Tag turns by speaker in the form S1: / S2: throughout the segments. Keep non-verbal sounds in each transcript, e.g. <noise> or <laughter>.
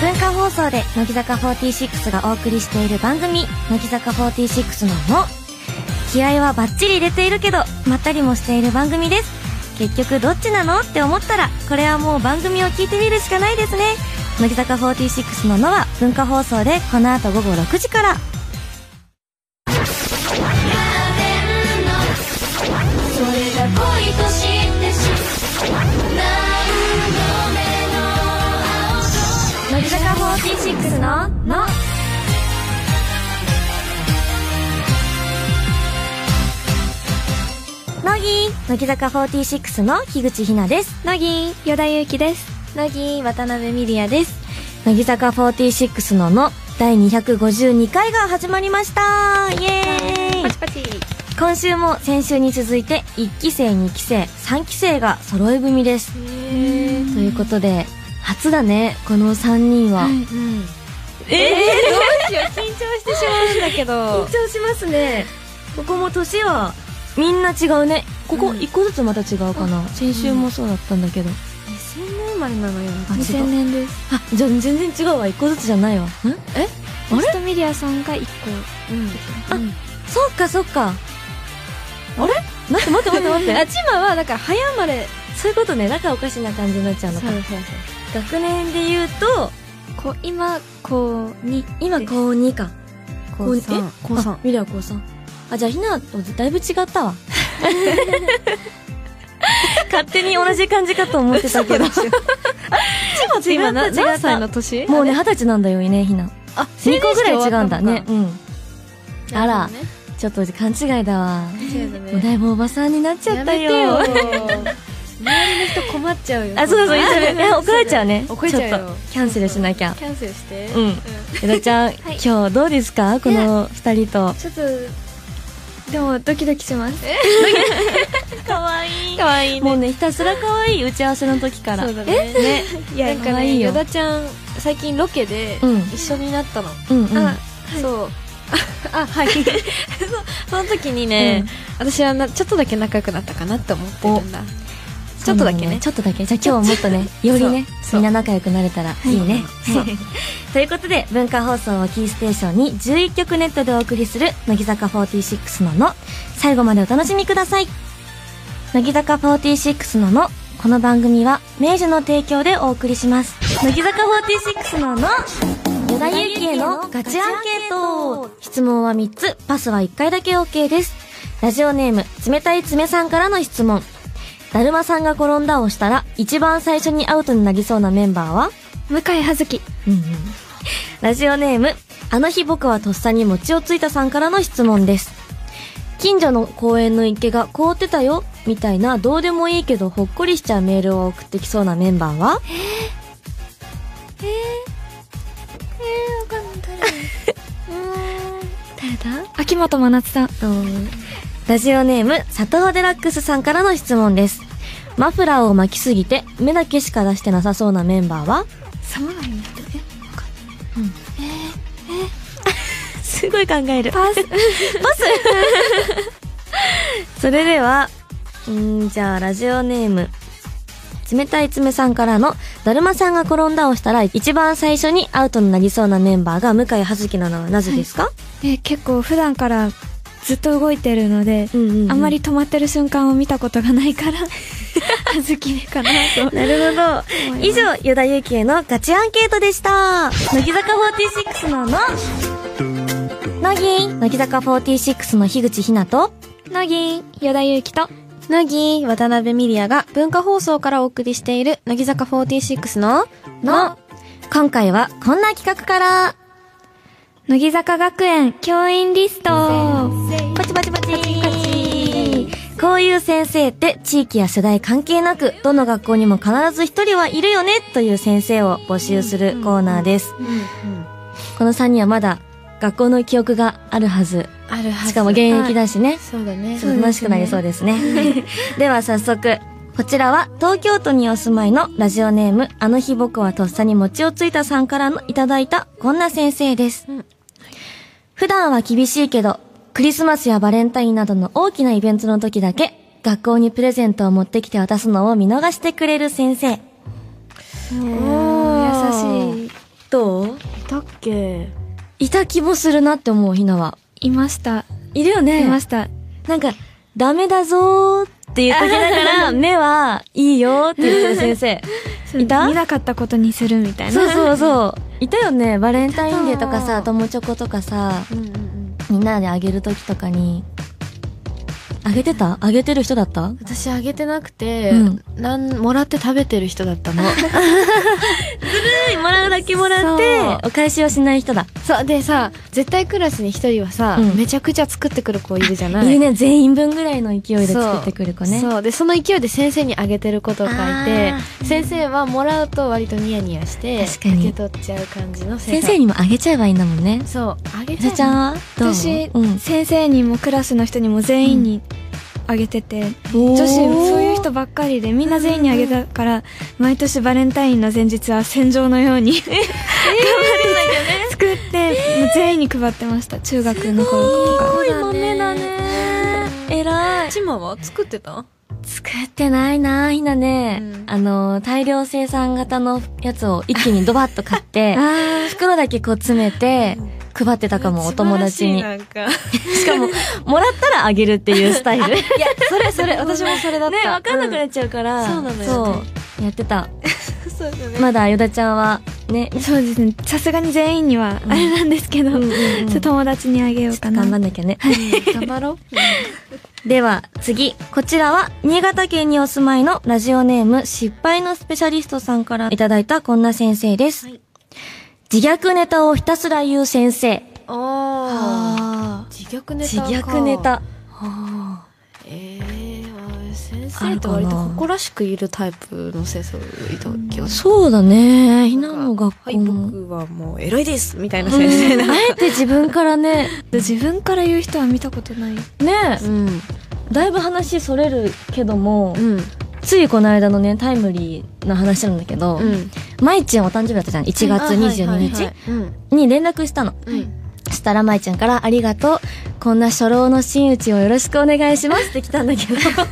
S1: 文化放送で乃木坂46がお送りしている番組乃木坂46の「の」気合はバッチリ入れているけどまったりもしている番組です結局どっちなのって思ったらこれはもう番組を聞いてみるしかないですね乃木坂46の「の」は文化放送でこの後午後6時から
S2: それが恋と知ってし
S1: 乃木坂46の「の」乃木乃木坂46の樋口ひなです乃木依田祐希です乃木渡辺美里也です乃木坂46の「の」第252回が始まりましたイエーイ
S3: パチパチ
S1: 今週も先週に続いて1期生2期生3期生が揃い踏みですということで初だねこの3人は、
S3: だけ
S1: 緊
S3: ど
S1: 張しますねここも年はみんな違うねここ一個ずつまた違うかな、先週もそうだったんだけど、
S3: 2000年生まれなのよ
S1: あ違う
S3: 2000年です
S1: あじゃあ全然違うわ一個ずつじゃないわんえあれ
S3: ミストミリアさんが1個うん
S1: そっかそっかあれ待って待って待って待って
S3: <laughs> あチマはだから早生まれ
S1: そういうことね仲おかしな感じになっちゃうのか学年で言うと
S3: こ今こう2
S1: 今高2か
S3: 高
S1: え
S3: 3高3
S1: あミリは高3あじゃあひなとだいぶ違った <laughs> わ勝手に同じ感じかと思ってた <laughs> けど
S3: 今って今な
S1: 違った違った
S3: 何歳の年
S1: もうね二十歳なんだよねひな
S3: あ
S1: 2個ぐらい違うんだね
S3: 成
S1: うん
S3: 人式終わったのか
S1: あらちょっと勘違いだわ <laughs> もうだいぶおばさんになっちゃ
S3: や
S1: った
S3: めて
S1: よ
S3: よ <laughs> 周りの人困っちゃうよ
S1: あそうそう言っちゃうね怒られちゃうね
S3: 怒られちゃう
S1: ち
S3: よ
S1: ょっとキャンセルしなきゃ
S3: キャンセルして
S1: うん江田ちゃん、
S3: い
S1: 今日どうですかこの二人と
S3: ちょっとでもドキドキします <laughs>
S1: かわい
S3: 可愛い
S1: もうねひたすらかわいい打ち合わせの時から
S3: そうだねねいや
S1: なん
S3: な
S1: か可
S3: んか
S1: 愛
S3: ね
S1: いよ
S3: 依田ちゃん最近ロケで
S1: うん
S3: 一緒になったの
S1: うんうん
S3: あそう <laughs> あはい <laughs> その時にね私はなちょっとだけ仲良くなったかなって思ってるんだちょっとだけね
S1: ちょっとだけじゃあ今日もっとねよりね
S3: そ
S1: み
S3: う
S1: んな仲良くなれたらいいね、そう <laughs> ということで文化放送をキーステーションに11曲ネットでお送りする乃木坂46のの最後までお楽しみください乃木坂46ののこの番組は明治の提供でお送りします乃木坂46のの与田祐希へのガチアンケート質問は3つパスは1回だけ OK ですラジオネーム冷たい爪さんからの質問だるまさんが転んだをしたら一番最初にアウトになりそうなメンバーは
S3: 向井葉月
S1: うんうんラジオネームあの日僕はとっさに餅をついたさんからの質問です近所の公園の池が凍ってたよみたいなどうでもいいけどほっこりしちゃうメールを送ってきそうなメンバーは
S3: えー、わかんない
S1: 誰だ
S3: 秋元真夏さん
S1: ラジオネーム、佐藤デラックスさんからの質問です。マフラーを巻きすぎて、目だけしか出してなさそうなメンバーは
S3: 寒がいんだってね
S1: すごい考える。
S3: パス
S1: <laughs> それでは、うーんじゃあ、ラジオネーム、冷たい爪さんからの、だるまさんが転んだをしたら、一番最初にアウトになりそうなメンバーが向井葉月なのはなぜですか、
S3: え結構普段からずっと動いてるので、
S1: うんうんうん
S3: あんまり止まってる瞬間を見たことがないから <laughs> 葉月かなと
S1: なるほど。以上、与田祐希へのガチアンケートでした。乃木坂46のの、乃木、乃木坂46の樋口ひなと、
S3: 乃木依田祐希と
S1: 乃木、渡辺美里也が文化放送からお送りしている、乃木坂46の、の、今回はこんな企画から、
S3: 乃木坂学園教員リスト
S1: パチパチパチ
S3: パチ
S1: こういう先生って地域や世代関係なく、どの学校にも必ず一人はいるよねという先生を募集するコーナーです。この3人はまだ学校の記憶があるはず。
S3: あるは
S1: しかも現役だしね。
S3: そうだね
S1: そう楽しくなりそうですね。では早速、こちらは東京都にお住まいのラジオネーム、あの日僕はとっさに餅をついたさんからのいただいたこんな先生です。普段は厳しいけど、クリスマスやバレンタインなどの大きなイベントの時だけ、学校にプレゼントを持ってきて渡すのを見逃してくれる先生。
S3: 優しい
S1: どう
S3: いたっけ
S1: いた気もするなって思う、ひなは。
S3: いました。
S1: いるよね。
S3: いました。
S1: なんか、ダメだぞーって言っときなが <laughs> ら、目はいいよーって言ってる先生。いた
S3: 見なかったことにするみたいな。
S1: そうそうそう。いたよね。バレンタインデーとか
S3: いた
S1: さ、友チョコとかさ、
S3: うんうんうん。
S1: みんなであげるときとかに。あげてたあげてる人だった
S3: 私あげてなくて、
S1: うん
S3: なんもらって食べてる人
S1: <laughs>
S3: だったの
S1: もらうだけもらって、お返しをしない人だ。
S3: そうでさ絶対クラスに一人はさ、
S1: うん
S3: めちゃくちゃ作ってくる子いるじゃない
S1: いるね。全員分ぐらいの勢いで作ってくる子ね。
S3: そうでその勢いで先生にあげてる子とかいて
S1: あー
S3: 先生はもらうと割とニヤニヤして
S1: 確かに
S3: 受け取っちゃう感じの
S1: 先生
S3: に
S1: にもあげちゃえばいいんだもんね。
S3: そうあげ
S1: じゃ
S3: ち
S1: ちゃ
S3: ゃ
S1: は
S3: うん
S1: どう
S4: 私、
S1: うん。
S4: 先生にもクラスの人にも全員にあげてて、
S1: 女
S4: 女子そういう人ばっかりでみんな全員にあげたから、毎年バレンタインの前日は戦場のように頑張って作ってもう全員に配ってました中学の頃とか
S1: ごい豆だね。 <laughs> 偉い。
S3: ちまは作ってた
S1: 作ってないな、ひなね。
S3: うん
S1: あの、大量生産型のやつを一気にドバッと買
S3: <laughs>
S1: って、袋だけこう詰めて、配ってたかも、お友達に。
S3: なんか
S1: <laughs> しかも、もらったらあげるっていうスタイル。ね、
S3: <laughs> それそれ私もそれだった
S1: わかんなくなっちゃうから。
S3: そうなのよね
S1: そう。やってた。
S3: うんそうだね
S1: まだ、よだちゃんは、ね、
S4: そうですねさすがに全員にはあれなんですけど、ちょっと友達にあげようかな
S1: 頑張んなきゃね。
S3: 頑張ろう
S1: では次、こちらは新潟県にお住まいのラジオネーム失敗のスペシャリストさんからいただいたこんな先生です。自虐ネタをひたすら言う先生。
S3: おー自虐ネ
S1: 自
S3: タか
S1: 虐ネタ。
S3: えー、あ先生と割と誇らしくいるタイプの先生いた気がす
S1: そうだね。ひ
S3: る
S1: なの学校
S3: はい僕はもうエロいですみたいな先生だ
S1: あえて自分からね、
S4: <laughs> 自分から言う人は見たことない
S1: ね、
S3: うん
S1: だいぶ話それるけども
S3: う、ん
S1: ついこの間のね、タイムリーな話なんだけど、
S3: うん
S1: まいちゃんお誕生日だったじゃん。1月22日
S3: うん
S1: に連絡したの。
S3: うん
S1: したらまいちゃんからありがとう。こんな初老の真打ちをよろしくお願いしますって来たんだけど。あ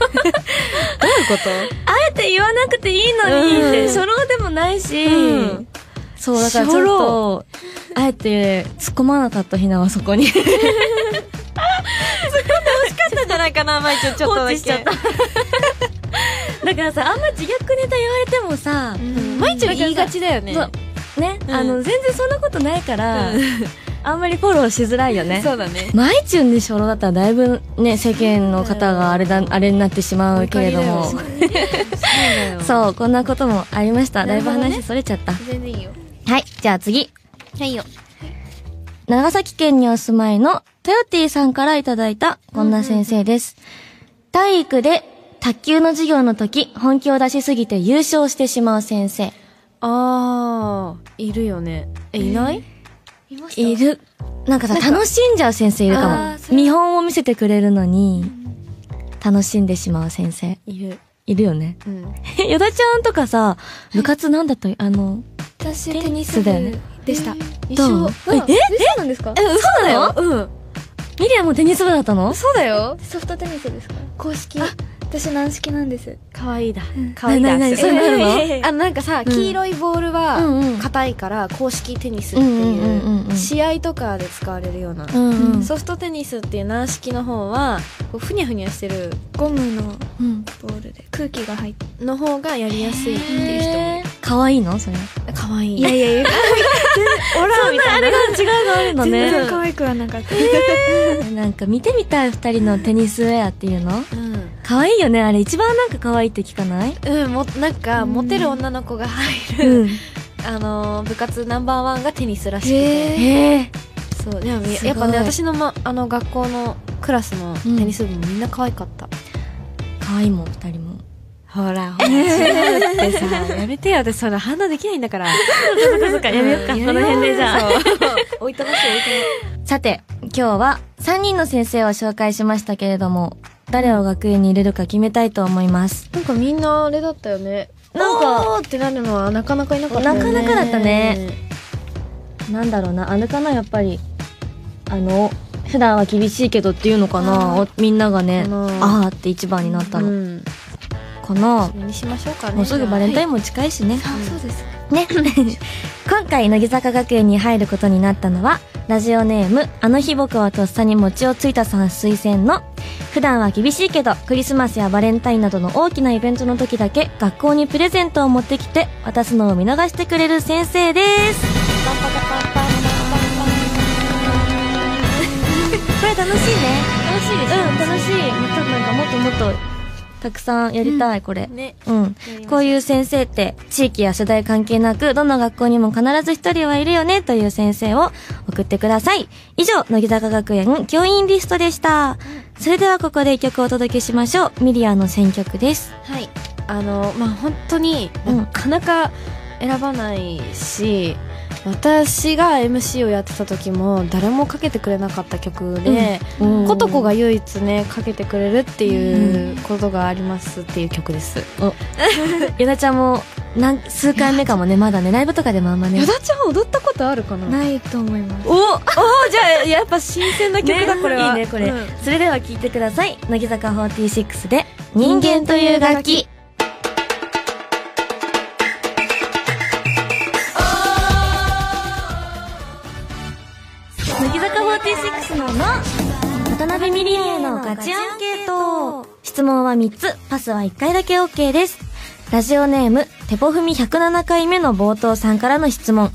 S1: えて言わなくていいのに、
S3: うん
S1: って初老でもないし。
S3: うん
S1: そう、だからちょっと、あえて突っ込まなかったひなはそこに。
S3: じゃないかなまいちゃんちょっと
S1: 放
S3: だけ
S1: 置しちゃった <laughs> だからさ、あんま自虐ネタ言われてもさ、
S3: まいちゃん言いがちだよね
S1: そうね、
S3: うん
S1: あの、全然そんなことないから、
S3: うん
S1: あんまりフォローしづらいよね。
S3: うだね
S1: マイチュンで初老だったらだいぶね、世間の方があれだ、あれになってしまうけれども。
S3: そうだよ
S1: そう、こんなこともありました。だいぶ
S3: なるほどね
S1: 話それちゃった。
S3: 全然いいよ
S1: はい、じゃあ次。
S3: はいよ
S1: 長崎県にお住まいのトヨティさんからいただいたこんな先生です。体育で卓球の授業の時、本気を出しすぎて優勝してしまう先生。
S3: あーいるよねえいない
S4: いました
S1: いる。なんかさ、楽しんじゃう先生いる
S4: あ
S1: か
S4: ーそ
S1: も。
S4: れ
S1: 見本を見せてくれるのに、楽しんでしまう先生。
S3: いる
S1: いるよね。
S3: うん
S1: え、よだちゃんとかさ、部活なんだったあの、
S4: 私
S1: テ
S4: テ
S1: ニ
S4: ニ
S1: ス
S4: ス
S1: 部
S4: 部
S1: で
S4: で
S1: し
S4: したた、
S3: 一緒
S1: え、え
S4: 嘘なんですか
S1: え、嘘だよ
S3: うん
S1: ミリアもテニス部だったの
S3: そうだよ
S4: ソフトテニスですか公式私軟式なんです
S3: 可愛いだ可愛いだ
S1: なななそうなるの
S3: え <laughs> ーあなんかさ、
S1: ん
S3: 黄色いボール
S1: うんうん
S3: は硬いから公式テニスって
S1: うんうんうんう
S3: い
S1: ん
S3: う試合とかで使われるような、
S1: ん
S4: うん
S3: ソフトテニスっていう軟式の方はこうふにゃふにゃしてる
S4: ゴムの
S1: うん。
S4: ボールで空気が入って
S3: の方がやりやすいっていう人もいる
S1: かわいいのそれ。
S3: 可愛い
S4: いやいや
S3: <laughs>
S4: いや
S1: オラみたいな。あれが違うのあるの
S4: 全然
S1: ね。
S4: 可愛くはなかった、
S1: なんか見てみたい二人のテニスウェアっていうの
S3: うん、
S1: かわいいよね。あれ一番なんかかわいいって聞かない
S3: うん、もなんかモテる女の子が入る、
S1: うん。
S3: あのー部活ナンバーワンがテニスらしくて、
S1: へえ。
S3: そうでもみ
S1: すごい
S3: やっぱね私の,、ま、あの学校のクラスのテニス部もみんな可愛かった、
S1: かわいいもん、二人も。
S3: ほらほら違うってさやめてよ私それ判断できないんだから
S1: そっかそっか、やめようか。この辺でじゃあ。
S3: あ置いてまし置いて
S1: さて、今日は3人の先生を紹介しましたけれども、誰を学園に入れるか決めたいと思います。
S3: なんかみんなあれだったよね
S1: なんか
S3: おーってなるのはなかなかいなかったよね
S1: なかなかだったねなんだろうな、あれかな、やっぱり。あの、普段は厳しいけどっていうのかな、おみんながね、
S3: かな
S1: あーって一番になった
S3: う
S1: の。
S3: ん
S1: かな
S3: そ、れにしましょうかね
S1: もうすぐバレンタインも近いしね。
S4: あそうです
S1: ね <laughs> 今回乃木坂学園に入ることになったのはラジオネーム「あの日僕はとっさに餅をついたさん推薦」の普段は厳しいけどクリスマスやバレンタインなどの大きなイベントの時だけ学校にプレゼントを持ってきて渡すのを見逃してくれる先生です <laughs> これ楽しいね楽しいですうん楽しい多分なんかもっともっとたくさんやりたい、これ
S3: ね
S1: うん
S3: ましょう
S1: こういう先生って地域や世代関係なくどの学校にも必ず一人はいるよねという先生を送ってください以上乃木坂学園教員リストでしたそれではここで一曲お届けしましょうミリアの選曲です
S3: はいあのまあ本当に
S1: うん
S3: なかなか選ばないし、私が MC をやってた時も誰もかけてくれなかった曲で、ことこが唯一ねかけてくれるっていうことがありますっていう曲です、
S1: ゆなちゃんも何数回目かもねまだねライブとかでもあんまね
S3: やだちゃん踊ったことあるかな
S4: ないと思います
S3: おおじゃあやっぱ新鮮な曲だ、
S1: ね
S3: これはい
S1: いねこれ、
S3: うん
S1: それでは聴いてください乃木坂46で「人間という楽器」乃木坂46のの渡辺ミリエのガチアンケート質問は3つパスは1回だけ OK ですラジオネームテポフミ107回目の冒頭さんからの質問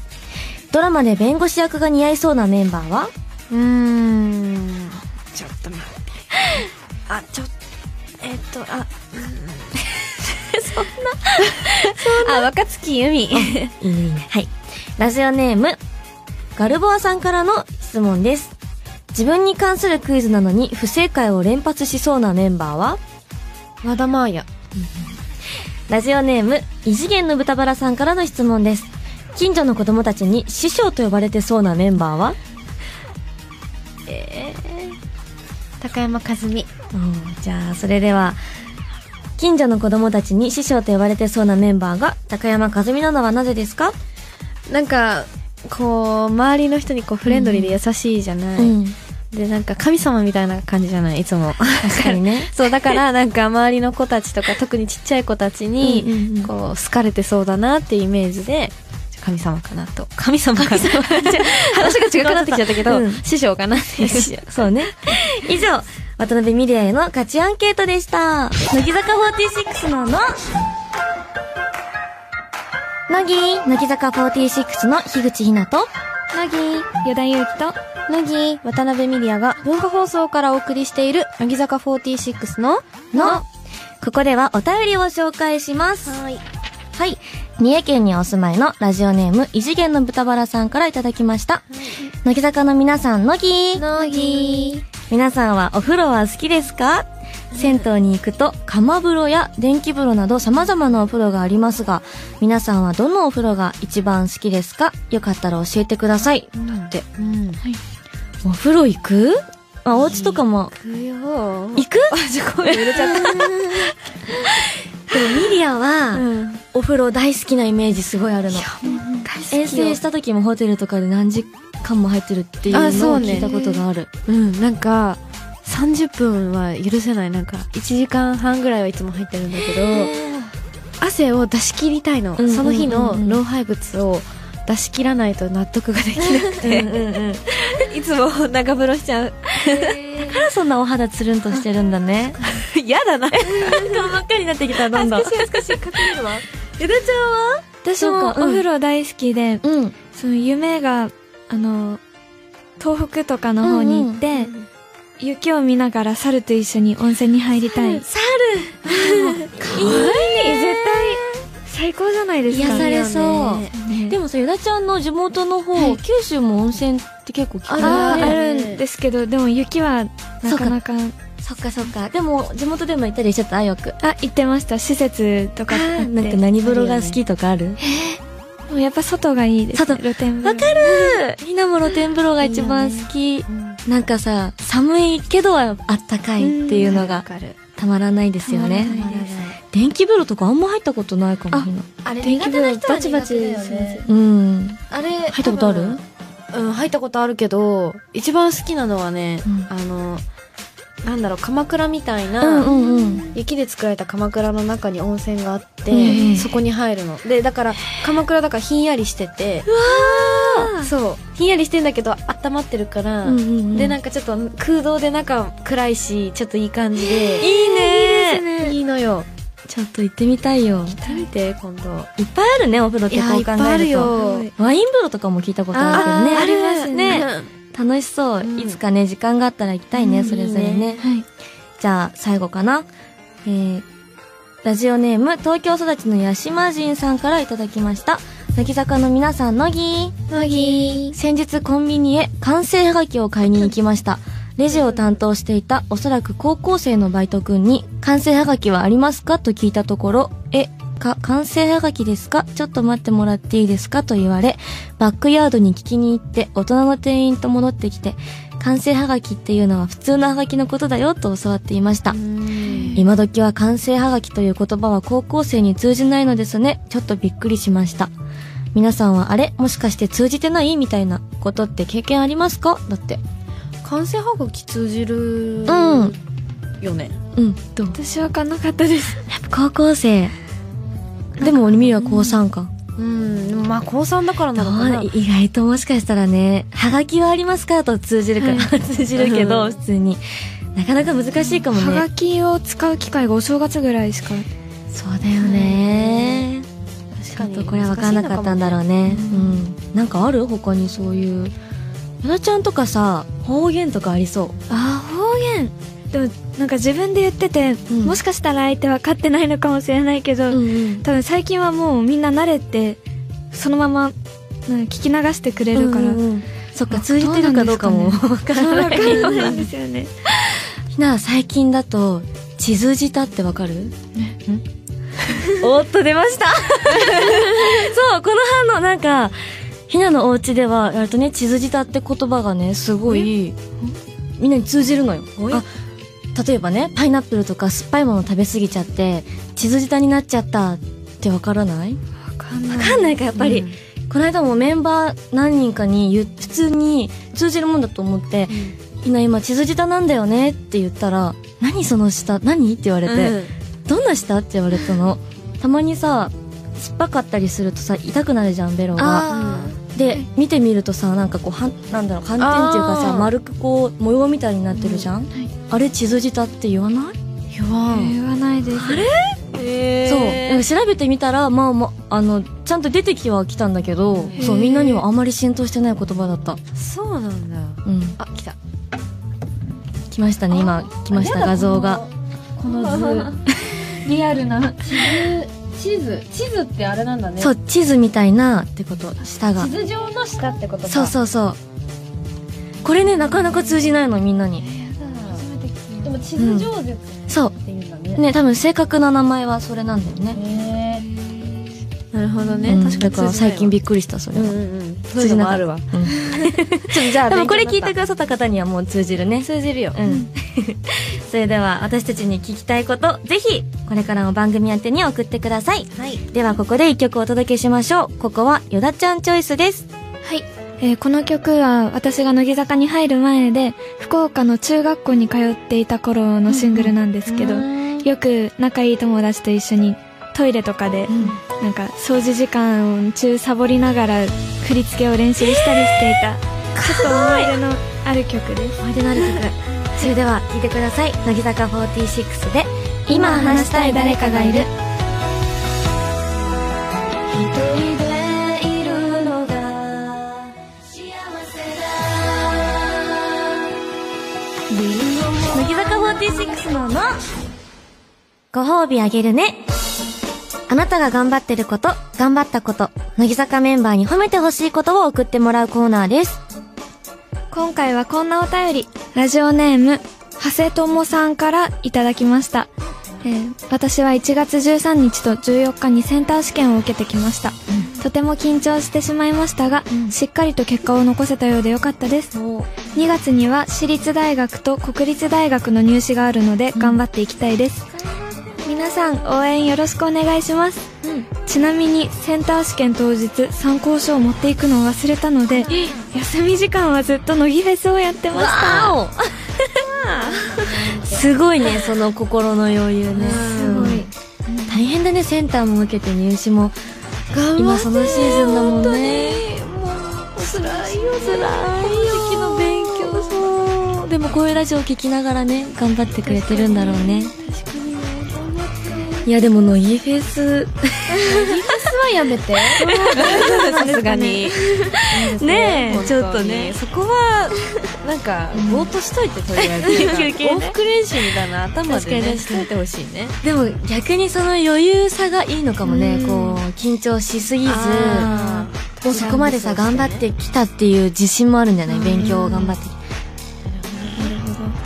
S1: ドラマで弁護士役が似合いそうなメンバーは
S3: うーんちょっと待ってあちょっえっとあそんなあ若月由美
S1: いいねいいね。はい。ラジオネーム、ガルボアさんからの質問です。自分に関するクイズなのに不正解を連発しそうなメンバーは
S3: 和田真彩
S1: ラジオネーム、異次元の豚バラさんからの質問です。近所の子供たちに師匠と呼ばれてそうなメンバーは
S3: 高山和美
S1: うん、じゃあ、それでは、近所の子供たちに師匠と呼ばれてそうなメンバーが高山和美なのはなぜですか、
S3: なんかこう周りの人にこうフレンドリーで優しいじゃない、
S1: うん。
S3: でなんか神様みたいな感じじゃないいつも
S1: 確かに <laughs> ね。
S3: そうだからなんか周りの子たちとか特にちっちゃい子たちに
S1: うんうんうん
S3: こう好かれてそうだなっていうイメージで神様かなと神様かな <laughs> 話が違くなってきちゃったけど、
S1: うん
S3: <laughs> 師匠かなっていう
S1: そうね。以上、渡辺ミリアへの価値アンケートでした。乃木坂46のの、乃木、乃木坂46の樋口ひなと、
S3: 乃木与田祐希と乃木渡辺ミリアが文化放送からお送りしている乃木坂46の
S1: の、ここではお便りを紹介します。はい。はい。三重県にお住まいのラジオネーム、異次元の豚バラさんからいただきました。乃木坂の皆さん、乃木乃木皆さんはお風呂は好きですか銭湯に行くと、釜風呂や電気風呂など様々なお風呂がありますが、皆さんはどのお風呂が一番好きですかよかったら教えてください。
S3: なんて
S1: お風呂行くあ、お家とかも
S3: くよ
S1: 行く <laughs> あ、じゃあ声入れちゃった。でもミリアは、
S3: うん
S1: お風呂大好きなイメージすごいあるの。遠征した時もホテルとかで何時間も入ってるっていう
S3: あ
S1: の
S3: そ
S1: を
S3: うね
S1: 聞いたことがある。
S3: うんなんか30分は許せないなんか1時間半ぐらいはいつも入ってるんだけど汗を出し切りたい
S1: うん
S3: の、
S1: うんうんうん
S3: その日の老廃物を出し切らないと納得ができなくて <laughs> いつも長風呂しちゃう
S1: だからそんなお肌つるんとしてるんだね。
S3: 嫌だ
S1: <laughs>
S3: な
S1: 顔ばっかりになってきた、どんどん。
S3: 恥ずかしい隠れるわ
S1: ゆだちゃんは
S4: 私も
S1: な
S4: お
S1: んかうん
S4: 風呂大好きで、
S1: うん。
S4: その夢があの東北とかの方に行って、雪を見ながら猿と一緒に温泉に入りたい、
S1: 猿
S4: え絶対最高じゃないですか
S1: 癒されそう。
S4: ね
S1: でもさ、ゆだちゃんの地元の方、
S4: はい
S1: 九州も温泉って結構聞くよ
S4: あ
S1: ね
S4: ーあるんですけどでも雪はなかなか
S1: そっかそっか。でも、地元でも行ったりしちゃった、よく。
S4: あ行ってました施設とかあって
S1: なんか何風呂が好きとかある
S4: でもやっぱ外がいいですね
S1: 外
S4: 露天
S1: わ
S4: 風呂
S1: かるひなも露天風呂が一番好き。なんかさ、寒いけどあったかいっていうのがたまらないですよね
S4: たまらない。
S1: 電気風呂とかあんま入ったことないかも、
S4: あ
S1: ひな。
S3: あれ
S4: 電気風呂バチバチ
S3: 苦手だよ
S4: します
S3: ね
S1: うん。入
S3: あれ
S1: ったことある
S3: うん入ったことあるけど一番好きなのはね、
S1: うん
S3: あのなんだろう鎌倉みたいな、
S1: うんうんうん
S3: 雪で作られた鎌倉の中に温泉があって、
S1: ええ
S3: そこに入るのでだから鎌倉だからひんやりしててそうひんやりしてんだけど温まってるから、
S1: うんうんうん
S3: でなんかちょっと空洞で中暗いしちょっといい感じで、
S1: いいね
S3: いいのよ
S1: ちょっと行ってみたいよ
S3: 食べて今度
S1: いっぱいあるねお風呂ってこう考えると
S3: いっぱいあるよ
S1: ワイン風呂とかも聞いたことあるけどね
S3: ありますね
S1: 楽しそう、
S3: うん
S1: いつかね時間があったら行きたいね、
S3: うん
S1: それぞれね
S3: いいね
S4: はい
S1: じゃあ最後かなえー、ラジオネーム東京育ちのヤシマジンさんからいただきました乃木坂の皆さん乃木
S3: 乃木
S1: 先日コンビニへ完成はがきを買いに行きましたレジを担当していたおそらく高校生のバイト君に完成はがきはありますかと聞いたところえか完成はがきですかちょっと待ってもらっていいですかと言われバックヤードに聞きに行って大人の店員と戻ってきて完成はがきっていうのは普通のはがきのことだよと教わっていました今時は完成はがきという言葉は高校生に通じないのですね。ちょっとびっくりしました。皆さんはあれもしかして通じてないみたいなことって経験ありますかだって。
S3: 完成はがき通じ
S1: う
S3: る
S1: ん
S3: よね
S1: うん。どう
S4: 私は分かんなかったです
S1: 高校生。でも、ミリは高3か。
S3: うんでもまあ高3だからなのかな
S1: どう意外ともしかしたらね、はがきはありますかと通じるから、 <laughs> 通じるけど、普通に。なかなか難しいかも
S4: はが
S1: ね。
S4: きを使う機会がお正月ぐらいしか
S1: そうだよね。
S3: 確
S1: ちょっとこれは分からなかったんだろうねうん、なんかある他にそういう矢田ちゃんとかさ方言とかありそ
S4: あー方言でもなんか自分で言ってて、
S1: うん
S4: もしかしたら相手分かってないのかもしれないけど、
S1: う、ん
S4: 多分最近はもうみんな慣れてそのままなんか聞き流してくれるから、
S1: そっか通じてるかどうかも
S4: ど
S1: 分か
S4: そう
S1: ら
S4: わ
S1: な
S4: か
S1: い
S4: んないんですよね
S1: なあ最近だと地図舌ってわかるんおっと出ま <laughs> したそうこの反応なんかひなのお家ではやるとね地図舌って言葉がねすごいみんなに通じるのよあ例えばねパイナップルとか酸っぱいもの食べ過ぎちゃって地図舌になっちゃったってわからない
S4: わかんない
S1: わかんないかやっぱり、この間もメンバー何人かに言う普通に通じるもんだと思って「ひな今地図舌なんだよね」って言ったら「何その舌何?」って言われて「どんな舌?」って言われたのたまにさ酸っぱかったりするとさ痛くなるじゃんベロが
S3: あ
S1: で見てみるとさなんかこうはんなんだろう斑点っていうか
S3: あ
S1: さ
S3: ー
S1: 丸くこう模様みたいになってるじゃん、あれ地図舌って言わない
S3: 言わん
S4: 言わないですあれ
S1: そうでも調べてみたらまあまああのちゃんと出てきはきたんだけどそうみんなにはあまり浸透してない言葉だった
S3: そうなんだ
S1: うん
S3: あ来た
S1: 来ましたね今来ました画像が
S5: この <laughs> 図リアルな地図地図地図ってあれなんだね
S1: そう地図みたいなってこと下が
S5: 地図上の下ってことか
S1: そうそうそうこれねなかなか通じないのみんなに
S5: やだでも地図上絶っ
S1: そ
S5: ていうんだ
S1: う
S5: ね、
S1: ね多分正確な名前はそれなんだよね
S5: へー
S3: なるほど
S1: うん
S3: 確
S1: だ
S3: かに
S1: から最近びっくりしたそれ
S3: う
S1: は、
S3: ん
S1: うん
S3: うんうんそういうのもある <laughs> わちょっとじゃあ
S1: でもこれ聞いてく
S3: 勉
S1: ださった方にはもう通じるね
S3: 強になった通じるよ
S1: うん <laughs> それでは私たちに聞きたいことぜひこれからも番組宛てに送ってください
S3: はい
S1: ではここで一曲お届けしましょうここはよだちゃんチョイスです
S4: はい、えーこの曲は私が乃木坂に入る前で福岡の中学校に通っていた頃のシングルなんですけど、よく仲いい友達と一緒にトイレとかで、なんか掃除時間中サボりながら振り付けを練習したりしていた、ちょっと思い出のある曲です
S1: 思い出のある曲それでは聴いてください乃木坂46で「今話したい誰かがいる」
S5: 一人でいるのが幸せだ
S1: 乃木坂46ののご褒美あげるねあなたが頑張ってること頑張ったこと乃木坂メンバーに褒めてほしいことを送ってもらうコーナーです
S4: <laughs> 今回はこんなお便りラジオネーム長谷友さんからいただきました、えー私は1月13日と14日にセンター試験を受けてきました、とても緊張してしまいましたが、しっかりと結果を残せたようでよかったです2月には私立大学と国立大学の入試があるので頑張っていきたいです、皆さん応援よろしくお願いします、ちなみにセンター試験当日参考書を持っていくのを忘れたので休み時間はずっと乃木フェスをやってました
S1: すごいねその心の余裕ねすごい大変だねセンターも受けて入試も今そのシーズンだもんね辛いよ辛いよ時の勉強そうでもこういうラジオを聞きながらね頑張ってくれてるんだろうねいやでものイフェス
S3: はやめて
S1: さすが
S3: <laughs>
S1: にねえちょっとねそこは
S5: なんかぼーっとしといてとり
S3: <laughs>
S5: あえず
S1: 休憩ね
S5: 往復練習みたいな頭で
S1: 確かに確か
S5: ね
S1: に
S5: しといてほしいね
S1: でも逆にその余裕さがいいのかもね、こう緊張しすぎず
S5: あ
S1: もうそこまで
S5: そうで
S1: さ、
S5: す
S1: 頑
S5: ね
S1: 張ってきたっていう自信もあるんじゃない勉強を頑張って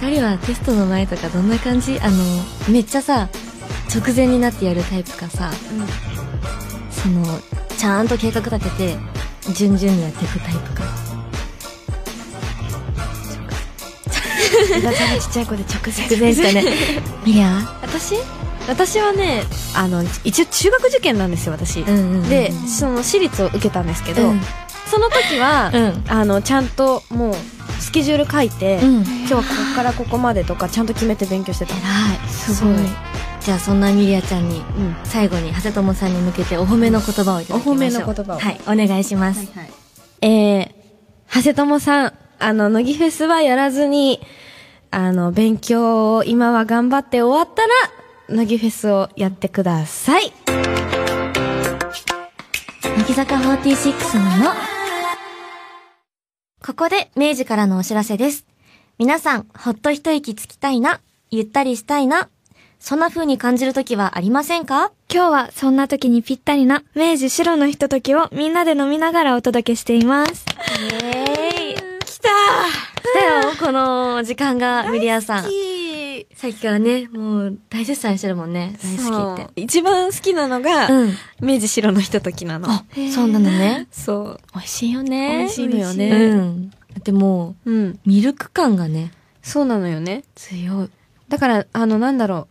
S1: 二人はテストの前とかどんな感じあのめっちゃさ直前になってやるタイプかさ、そのちゃんと計画立てて順々にやっていくタイプか
S3: ちっちゃい子で直
S1: 直前し <laughs> かねミリアは
S3: 私私はねあの一応中学受験なんですよ私、
S1: うんうんうん
S3: でその私立を受けたんですけど、
S1: うん
S3: その時は、
S1: うん
S3: あのちゃんともうスケジュール書いて、
S1: うん
S3: 今日はここからここまでとかちゃんと決めて勉強してた、
S1: いすごいじゃあそんなミリアちゃんに
S3: うん、
S1: 最後に長谷友さんに向けてお褒めの言葉をいただきましょう
S3: お褒めの言葉を
S1: はいお願いします、
S3: えー、長谷友さん、あの、乃木フェスはやらずに、あの、勉強を今は頑張って終わったら、乃木フェスをやってください。
S1: 乃木坂46のの。ここで明治からのお知らせです。皆さん、ほっと一息つきたいな、ゆったりしたいな、そんな風に感じる時はありませんか
S4: 今日はそんな時にぴったりな明治白のひとときをみんなで飲みながらお届けしています。
S1: えー、来た来たよ、この時間が、ミリアさん。さっきからね、もう大絶賛してるもんね、大好きって。
S3: て。一番好きなのが、
S1: うん。
S3: 明治白のひとときなの。
S1: あ、そうなのね。
S3: そう。
S1: 美味しいよね
S3: 美味しいのよね
S1: うん。だっても
S3: うん。
S1: う、ミルク感がね、
S3: そうなのよね。
S1: 強い。
S3: だから、あの、なんだろ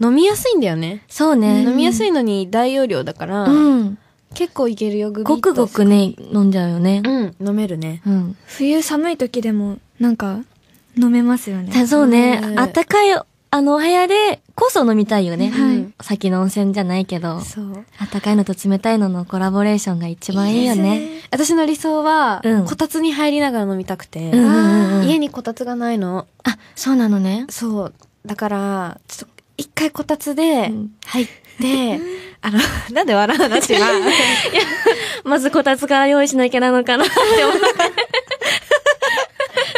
S3: う。飲みやすいんだよね。
S1: そうね。
S3: 飲みやすいのに大容量だから、
S1: うん。
S3: 結構いけるよ、グビッと
S1: ごくご。くね、飲んじゃうよね。
S3: うん、飲めるね。
S1: うん。
S4: 冬寒い時でもなんか飲めますよね。
S1: たそうね
S3: う。ん
S1: あったかい、あの、お部屋でこそ飲みたいよね。
S3: はい
S1: うんさっきの温泉じゃないけど、
S3: そう。
S1: あったかいのと冷たいののコラボレーションが一番いいよね。
S3: 私の理想は、
S1: うん
S3: こたつに入りながら飲みたくて、
S1: うんうんうんうん
S3: 家にこたつがないの。
S1: あ、そうなのね。
S3: そう。だから、ちょっと、一回こたつで
S1: うん
S3: 入って、 <laughs> あの、なんで笑うの私は。
S1: まずこたつから用意しなきゃなのかなって思 <laughs> って。
S3: <laughs>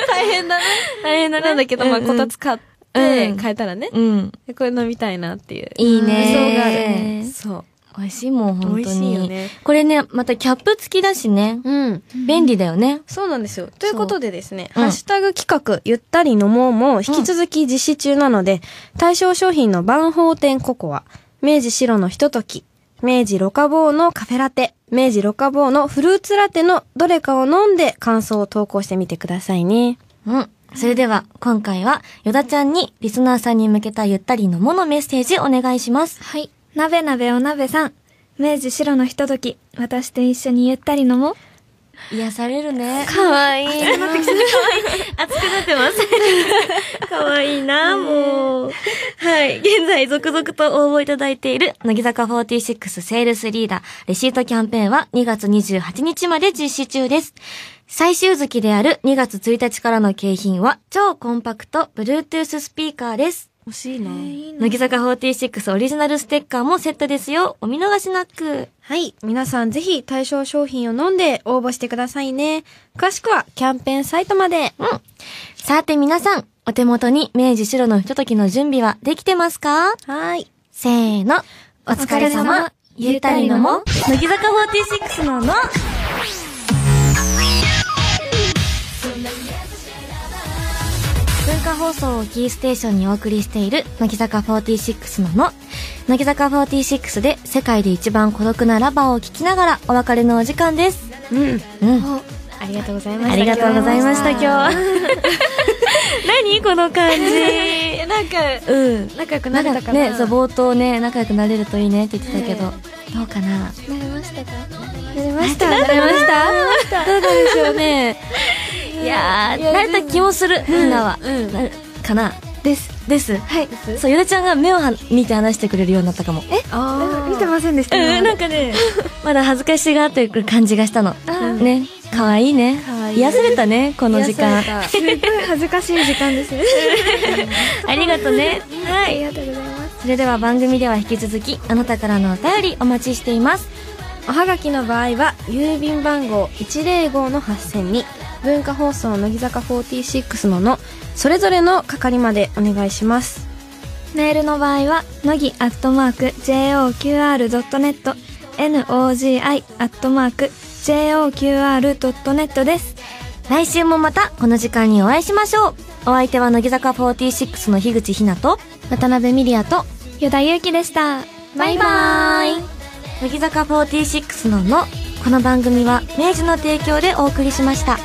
S3: 大変だね。
S1: 大変だね
S3: なんだけど、まあ、
S1: うんうん
S3: こたつ買って
S1: う、ん
S3: 変えたらね、
S1: うん。
S3: でこれ飲みたいなっていう。
S1: いいね。
S3: 理想がある。そう。
S1: 美味しいもん、本当に。
S3: 美味しいよね
S1: これね、またキャップ付きだしね。
S3: うん。
S1: 便利だよね。
S3: そうなんですよ。ということでですね、
S1: うん
S3: ハッシュタグ企画、ゆったり飲もうも、引き続き実施中なので、対象商品の万宝店ココア、明治白のひととき、明治ロカボーのカフェラテ、明治ロカボーのフルーツラテのどれかを飲んで感想を投稿してみてくださいね。
S1: うん。それでは、今回は、よだちゃんに、リスナーさんに向けたゆったりのものメッセージお願いします。はい。
S4: なべなべお鍋さん、明治白のひととき、私と一緒にゆったり飲もう。
S1: 癒されるね。
S3: かわい
S1: <laughs>
S3: い。
S1: 熱くなって <laughs> ます。かわいいな、もう。はい。現在、続々と応募いただいている、乃木坂46セールスリーダー、レシートキャンペーンは2月28日まで実施中です。最終月である2月1日からの景品は、超コンパクト Bluetooth スピーカーです。
S3: 欲しいな。
S1: 乃木坂46オリジナルステッカーもセットですよ。お見逃しなく。
S3: はい。皆さんぜひ対象商品を飲んで応募してくださいね。詳しくはキャンペーンサイトまで。
S1: うん。さて皆さん、お手元に明治白のひとときの準備はできてますか
S3: はい。
S1: せーの。お疲れ様。ゆったりのも、乃木坂46のの。文化放送をキーステーションにお送りしている、乃木坂46のの。乃木坂46で世界で一番孤独なラバーを聴きながらお別れのお時間です。
S3: うん。
S1: うん。
S3: ありがとうございました。
S1: ありがとうございました、今日。 <laughs> 何この感じ。
S3: えなんか、
S1: うん。
S3: 仲良く
S1: な
S3: なれ
S1: ん
S3: た
S1: か
S3: かな
S1: ね、そう、冒頭ね、仲良くなれるといいねって言ってたけど、どうかな
S3: なれました。なれました。どうなんでしょうね。
S1: <laughs> いやー、
S3: いや
S1: 慣れた気もする、みんなは。
S3: うん
S1: なかな
S4: です
S1: です
S4: はい
S1: そうゆでちゃんが目をは見て話してくれるようになったかもえ
S3: あ
S4: 見てませんでした
S1: うんなんかねまだ恥ずかしがってる感じがしたのね可愛いね
S3: 可愛い
S1: 癒されたねこの時間
S4: すごい恥ずかしい時間ですね
S1: ありがとねは
S4: あ
S1: い
S4: りがとうございます
S1: それでは番組では引き続きあなたからのお便りお待ちしています
S3: <laughs> おはがきの場合は郵便番号105の8000に文化放送乃木坂46ののそれぞれの係までお願いします
S4: メールの場合は乃木アットマーク JOQR.net NOGI アットマーク JOQR.net です
S1: 来週もまたこの時間にお会いしましょうお相手は乃木坂46の樋口日奈と
S3: 渡辺美里也と
S4: 与田祐希でした
S1: バイバイ乃木坂46ののこの番組は明治の提供でお送りしました